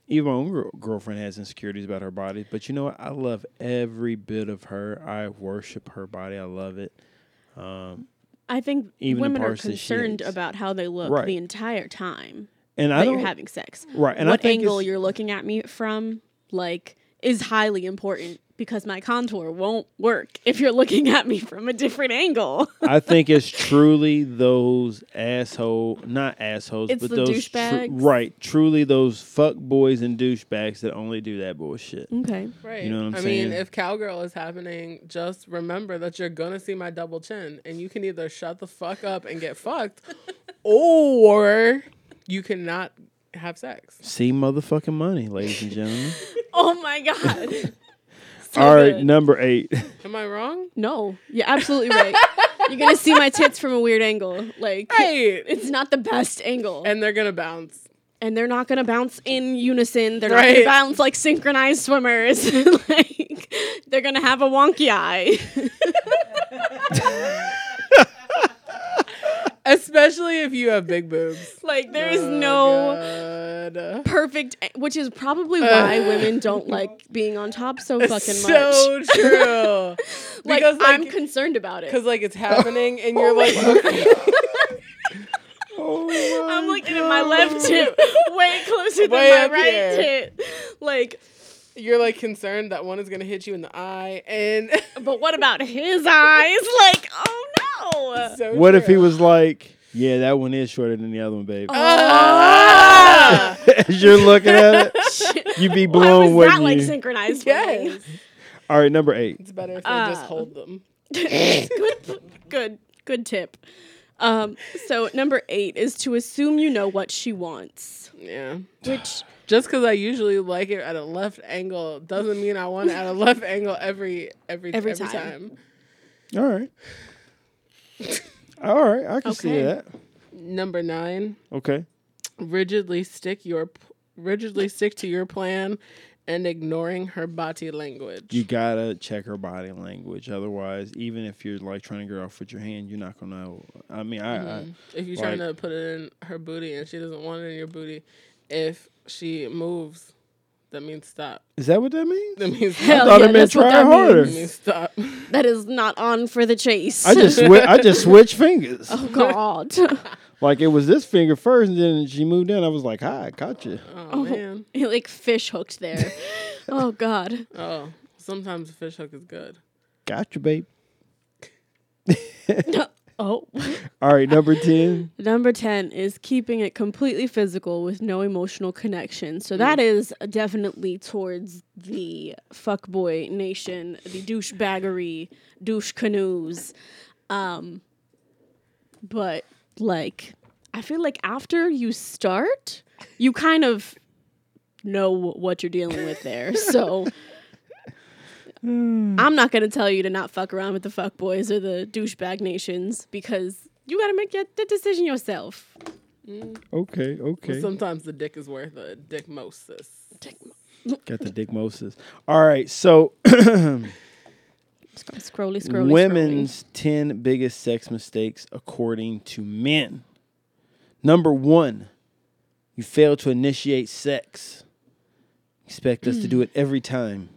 even my own girl- girlfriend has insecurities about her body. But you know what? I love every bit of her. I worship her body. I love it. Um, I think Even the women are parts that she concerned hates. about how they look Right. the entire time and I that don't you're having sex. right. And I what think angle it's- you're looking at me from, like, is highly important because my contour won't work if you're looking at me from a different angle. [LAUGHS] I think it's truly those asshole, not assholes, It's but the those douchebags. right? Truly those fuck boys and douchebags that only do that bullshit. okay. Right. know what I'm I saying? mean, if cowgirl is happening, just remember that you're gonna see my double chin, and you can either shut the fuck up and [LAUGHS] get fucked, or you cannot have sex. See motherfucking money, ladies and gentlemen. Oh my god. [LAUGHS] So All right, good. number eight. Am I wrong? [LAUGHS] No, you're absolutely right. you're gonna see my tits from a weird angle. Like Right. it's not the best angle. And, And they're gonna bounce. they're not gonna bounce in unison. They're not Right. gonna bounce like synchronized swimmers. [LAUGHS] like they're gonna have a wonky eye. [LAUGHS] Especially if you have big boobs. uh, like there Oh, is no God. perfect a- which is probably why [LAUGHS] women don't like being on top so fucking much. Uh, so [LAUGHS] true. Like, because like, I'm concerned about it. because like it's happening, Oh and you're like, okay, [LAUGHS] I'm looking at [LAUGHS] my left tit way closer than Way my up right here. tit. Like you're like concerned that one is gonna hit you in the eye, and [LAUGHS] But what about his eyes? [LAUGHS] Like, oh no. so what if he true. was like, "Yeah, that one is shorter than the other one, Oh. baby." Ah! [LAUGHS] As you're looking [LAUGHS] at it, you'd be Why was blown when that like you. [LAUGHS] synchronized? Yes. All right, number eight. It's better if they just Ah. hold them. Yes. [LAUGHS] good, good, good tip. Um, so number eight is to assume you know what she wants, Yeah. which Just because I usually like it at a left angle doesn't mean I want it at a left angle every every Every every, time. time. All right. All right, I can see Okay. that. Number nine, Okay. rigidly stick your p- rigidly stick to your plan and ignoring her body language. you gotta check her body language. Otherwise, even if you're like trying to get her off with your hand, you're not gonna. know. I mean, I, Mm-hmm. I if you're trying to put it in her booty and she doesn't want it in your booty, if she moves, that means stop. [LAUGHS] is that what that means? That means Hell stop. thought yeah, it meant that's what try that harder. That means stop. that is not on for the chase. I [LAUGHS] just swi- I just switched fingers. oh God. [LAUGHS] Like it was this finger first, and then she moved in. I was like, "Hi, I caught you." Oh, Oh, man. It like fish [LAUGHS] hooked there. oh God. Oh, sometimes a fish hook is good. Got you, babe. Oh. All right, number [LAUGHS] ten. Number 10 is keeping it completely physical with no emotional connection. So that Hmm. is definitely towards the fuckboy nation, the douchebaggery, douche canoes. Um, but like, I feel like after you start, you kind of know what you're dealing with [LAUGHS] there. So I'm not going to tell you to not fuck around with the fuckboys or the douchebag nations because you got to make that, that decision yourself. Okay, okay. Sometimes the dick is worth a dick moses. Got the dick Moses. All right, so Scrolly, scrolly, scrolly. women's 10 biggest sex mistakes according to men. Number one, you fail to initiate sex. Expect us to do it every time.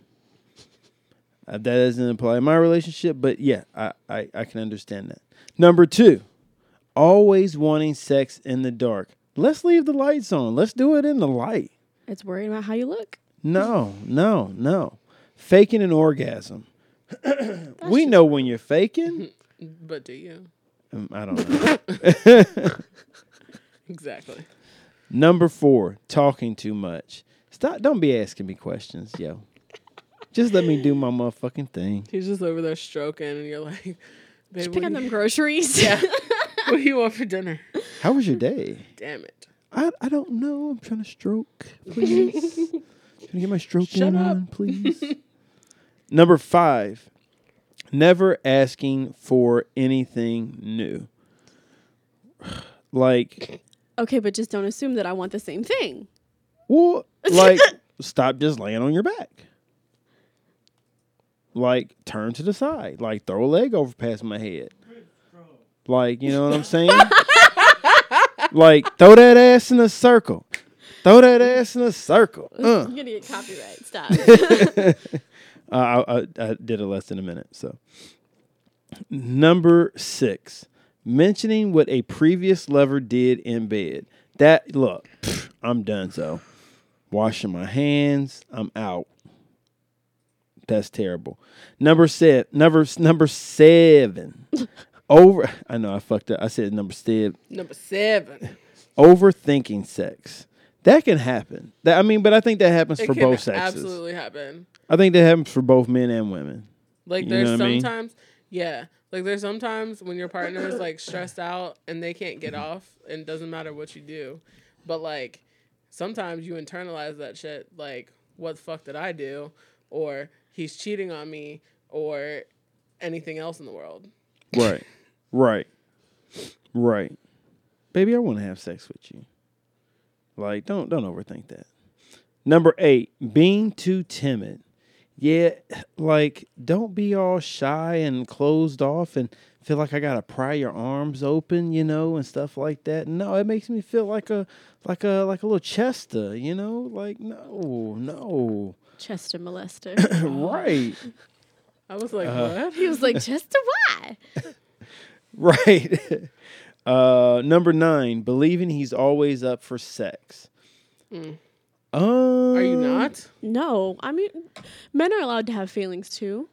Uh, that doesn't apply in my relationship, but yeah, I, I, I can understand that. Number two, always wanting sex in the dark. Let's leave the lights on. Let's do it in the light. It's worried about how you look. No, no, no. Faking an orgasm. [CLEARS THROAT] we know when you're faking. But do you? Um, I don't know. Exactly. Number four, talking too much. Stop. Don't be asking me questions, yo. Just let me do my motherfucking thing. He's just over there stroking, and you're like, [LAUGHS] babe, Pick what [LAUGHS] up do, [LAUGHS] you, them groceries. Yeah. what do you want for dinner? How was your day? Damn it. I, I don't know. I'm trying to stroke, please. trying to get my stroke Shut in up. on, please. Number five, Never asking for anything new. [SIGHS] like, [LAUGHS] Okay, but just don't assume that I want the same thing. well, like, stop just laying on your back. Like, turn to the side. Like, throw a leg over past my head. Like, you know what I'm saying? like, throw that ass in a circle. Throw that ass in a circle. Uh. I'm gonna get [LAUGHS] copyright. Stop. Uh, I, I, I did it less than a minute. So, number six, mentioning what a previous lover did in bed. That look, pfft, I'm done. So, washing my hands, I'm out. That's terrible. Number seven. Number number [LAUGHS] seven. Over. I know I fucked up. I said number seven Number seven. overthinking sex. That can happen. That I mean, but I think that happens It for can both sexes. absolutely happen. I think that happens for both men and women. Like You there's know what I mean? sometimes, yeah. Like there's sometimes when your partner is like stressed out and they can't Mm-hmm. get off, and it doesn't matter what you do, but like sometimes you internalize that shit. Like what the fuck did I do? Or he's cheating on me, or anything else in the world. Right. Right. Right. Baby, I want to have sex with you. Like, don't don't overthink that. Number eight, being too timid. Yeah, like don't be all shy and closed off and feel like I gotta pry your arms open, you know, and stuff like that. No, it makes me feel like a like a like a little Chester, you know? Like no, no. Chester molester. [COUGHS] right. I was like, what? he [LAUGHS] was like, Chester, why? Right. [LAUGHS] uh, number nine, believing he's always up for sex. Um, Mm. Are you not? No, I mean, men are allowed to have feelings too.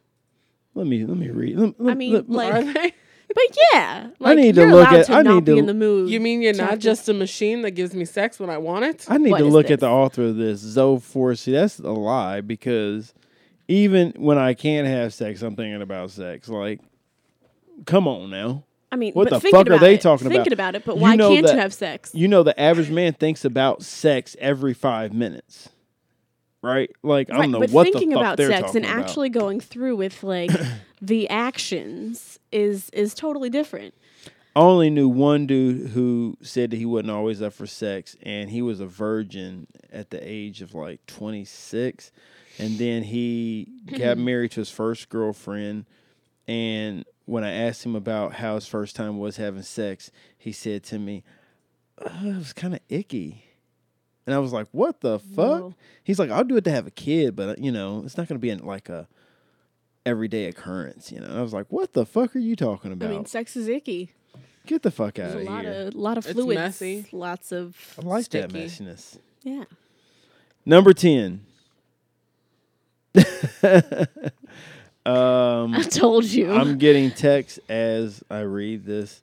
Let me let me read. Let, let- I mean, let- like, Are they? but yeah, like, need to you're look allowed at- To I not need be to- in the mood. You mean you're not Chapter- just a machine that gives me sex when I want it? I need What to is look at this? the author of this Zoe Forsey. That's a lie because even when I can't have sex, I'm thinking about sex. Like, come on now. I mean, What but the thinking fuck are about they it, talking about? Thinking about it, but You why know can't that- you have sex? You know, the average man thinks about sex every five minutes, right? Like, I Right, don't know but what thinking the fuck about they're sex talking and about. actually going through [COUGHS] with like the actions is is totally different. I only knew one dude who said that he wasn't always up for sex, and he was a virgin at the age of like 26. And then he [LAUGHS] got married to his first girlfriend. And when I asked him about how his first time was having sex, he said to me, "Uh, It was kind of icky. And I was like, What the fuck? Whoa. He's like, I'll do it to have a kid, but uh, you know, it's not going to be in like a everyday occurrence, you know? And I was like, What the fuck are you talking about? I mean, sex is icky. Get the fuck There's out a of lot here. of lot of It's fluids, messy. lots of I like that sticky. messiness. [LAUGHS] yeah. Number 10. um, I told you. [LAUGHS] I'm getting texts as I read this.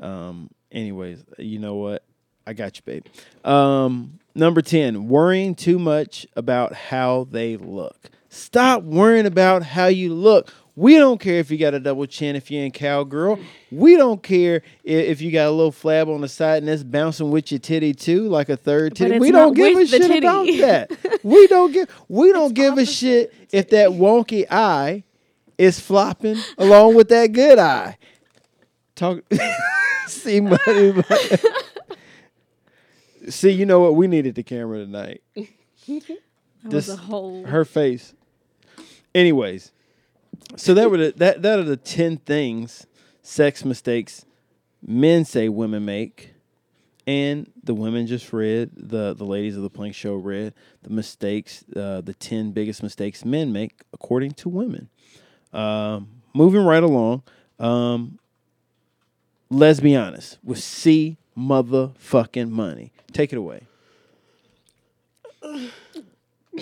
Um, anyways, you know what? I got you, babe. Um, number 10, worrying too much about how they look. Stop worrying about how you look. We don't care if you got a double chin if you're in cowgirl. We don't care i- if you got a little flab on the side and that's bouncing with your titty too, like a third titty. it's We don't not give a with the shit [LAUGHS] about titty. that. We don't give we don't give a shit if that wonky eye is flopping along with that good eye. Talk. [LAUGHS] See, money. money. See, you know what? We needed the camera tonight. that this- was a whole. Her face. Anyways, so that were the, that that are the ten things sex mistakes men say women make, and the women just read the the ladies of the Plank Show read the mistakes, uh, the ten biggest mistakes men make according to women. Um, moving right along, um, let's be honest with C motherfucking money. Take it away.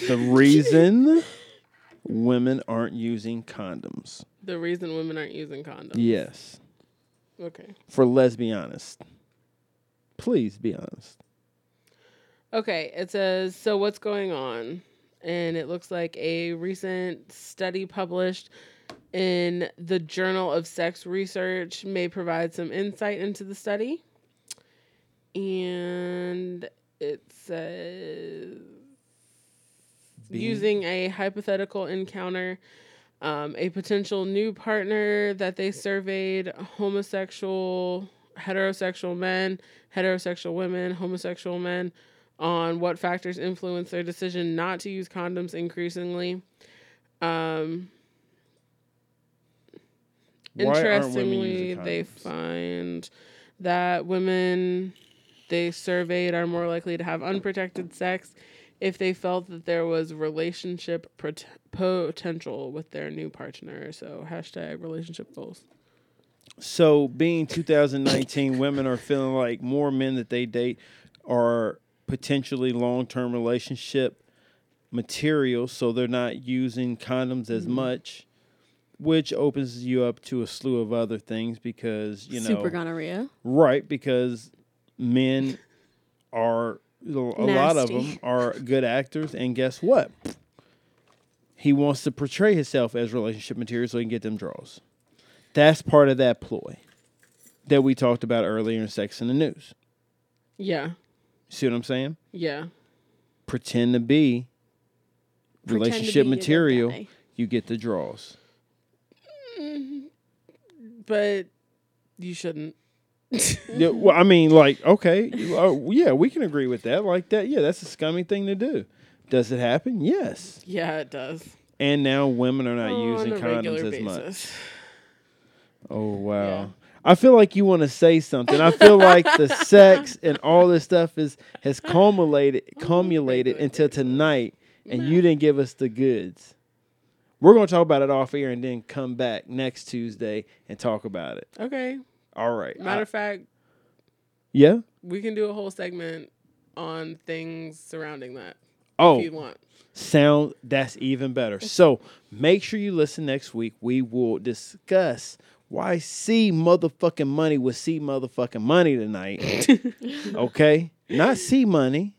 The reason women aren't using condoms. The reason women aren't using condoms. Yes. Okay. For let's be honest. Please be honest. Okay, it says, So what's going on? And it looks like a recent study published in the Journal of Sex Research may provide some insight into the study. And it says, Being- using a hypothetical encounter Um, a potential new partner that they surveyed homosexual, heterosexual men, heterosexual women, homosexual men on what factors influence their decision not to use condoms increasingly. Um, Interestingly, they find that women they surveyed are more likely to have unprotected sex if they felt that there was relationship prot- potential with their new partner. So hashtag relationship goals. so being [COUGHS] 2019, women are feeling like more men that they date are potentially long-term relationship material, so they're not using condoms as Mm-hmm. much, which opens you up to a slew of other things because you know Super gonorrhea. Right, because men are a lot of Nasty. them are good actors, and guess what? He wants to portray himself as relationship material so he can get them draws. That's part of that ploy that we talked about earlier in Sex in the News. Yeah, See what I'm saying? yeah. Pretend to be Pretend to relationship be a good material, guy. you get the draws. But you shouldn't. Yeah, well, I mean, like, okay, uh, yeah, we can agree with that. Like that, yeah, that's a scummy thing to do. Does it happen? Yes. Yeah, it does. And now women are not Oh, On using a condoms regular as much. basis. Oh wow. Yeah. I feel like you want to say something. I feel like [LAUGHS] the sex and all this stuff is has culminated Oh, culminated regular until tonight and you didn't give us the goods. We're going to talk about it off air and then come back next Tuesday and talk about it. Okay. All right. Matter I- of fact, yeah? we can do a whole segment on things surrounding that Oh. if you want. sound that's even better so make sure you listen next week we will discuss why c motherfucking money was c motherfucking money tonight okay not c money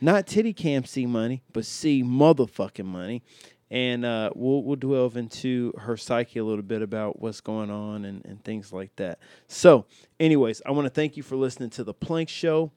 not titty cam c money but c motherfucking money and uh, we'll we'll delve into her psyche a little bit about what's going on and, and things like that. So, anyways, I want to thank you for listening to the Plank Show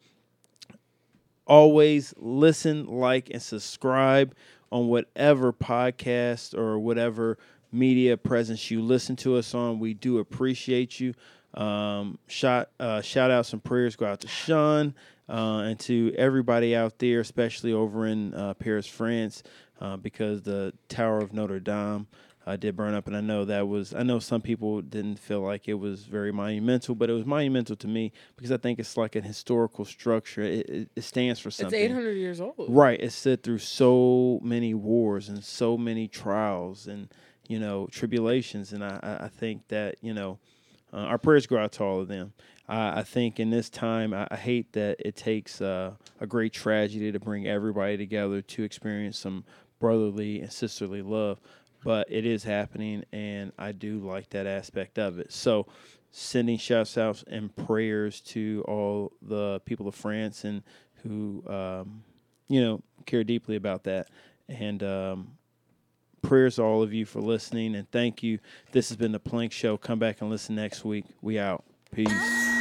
always listen, like, and subscribe on whatever podcast or whatever media presence you listen to us on. We do appreciate you. Um, shout uh, shout outs and prayers go out to Sean uh, and to everybody out there, especially over in uh, Paris, France, uh, because the Tower of Notre Dame. uh did burn up, and I know that was. I know some people didn't feel like it was very monumental, but it was monumental to me because I think it's like an historical structure. It, it, it stands for something. It's 800 years old. Right. It stood through so many wars and so many trials and, you know, tribulations. And I, I- I think that, you know, uh, our prayers go out to all of them. I I think in this time, I, I hate that it takes uh, a great tragedy to bring everybody together to experience some brotherly and sisterly love. But it is happening, and I do like that aspect of it. So, sending shouts outs and prayers to all the people of France and who um, you know, care deeply about that. And um, prayers to all of you for listening. And thank you. This has been The Plank Show. Come back and listen next week. We out. Peace.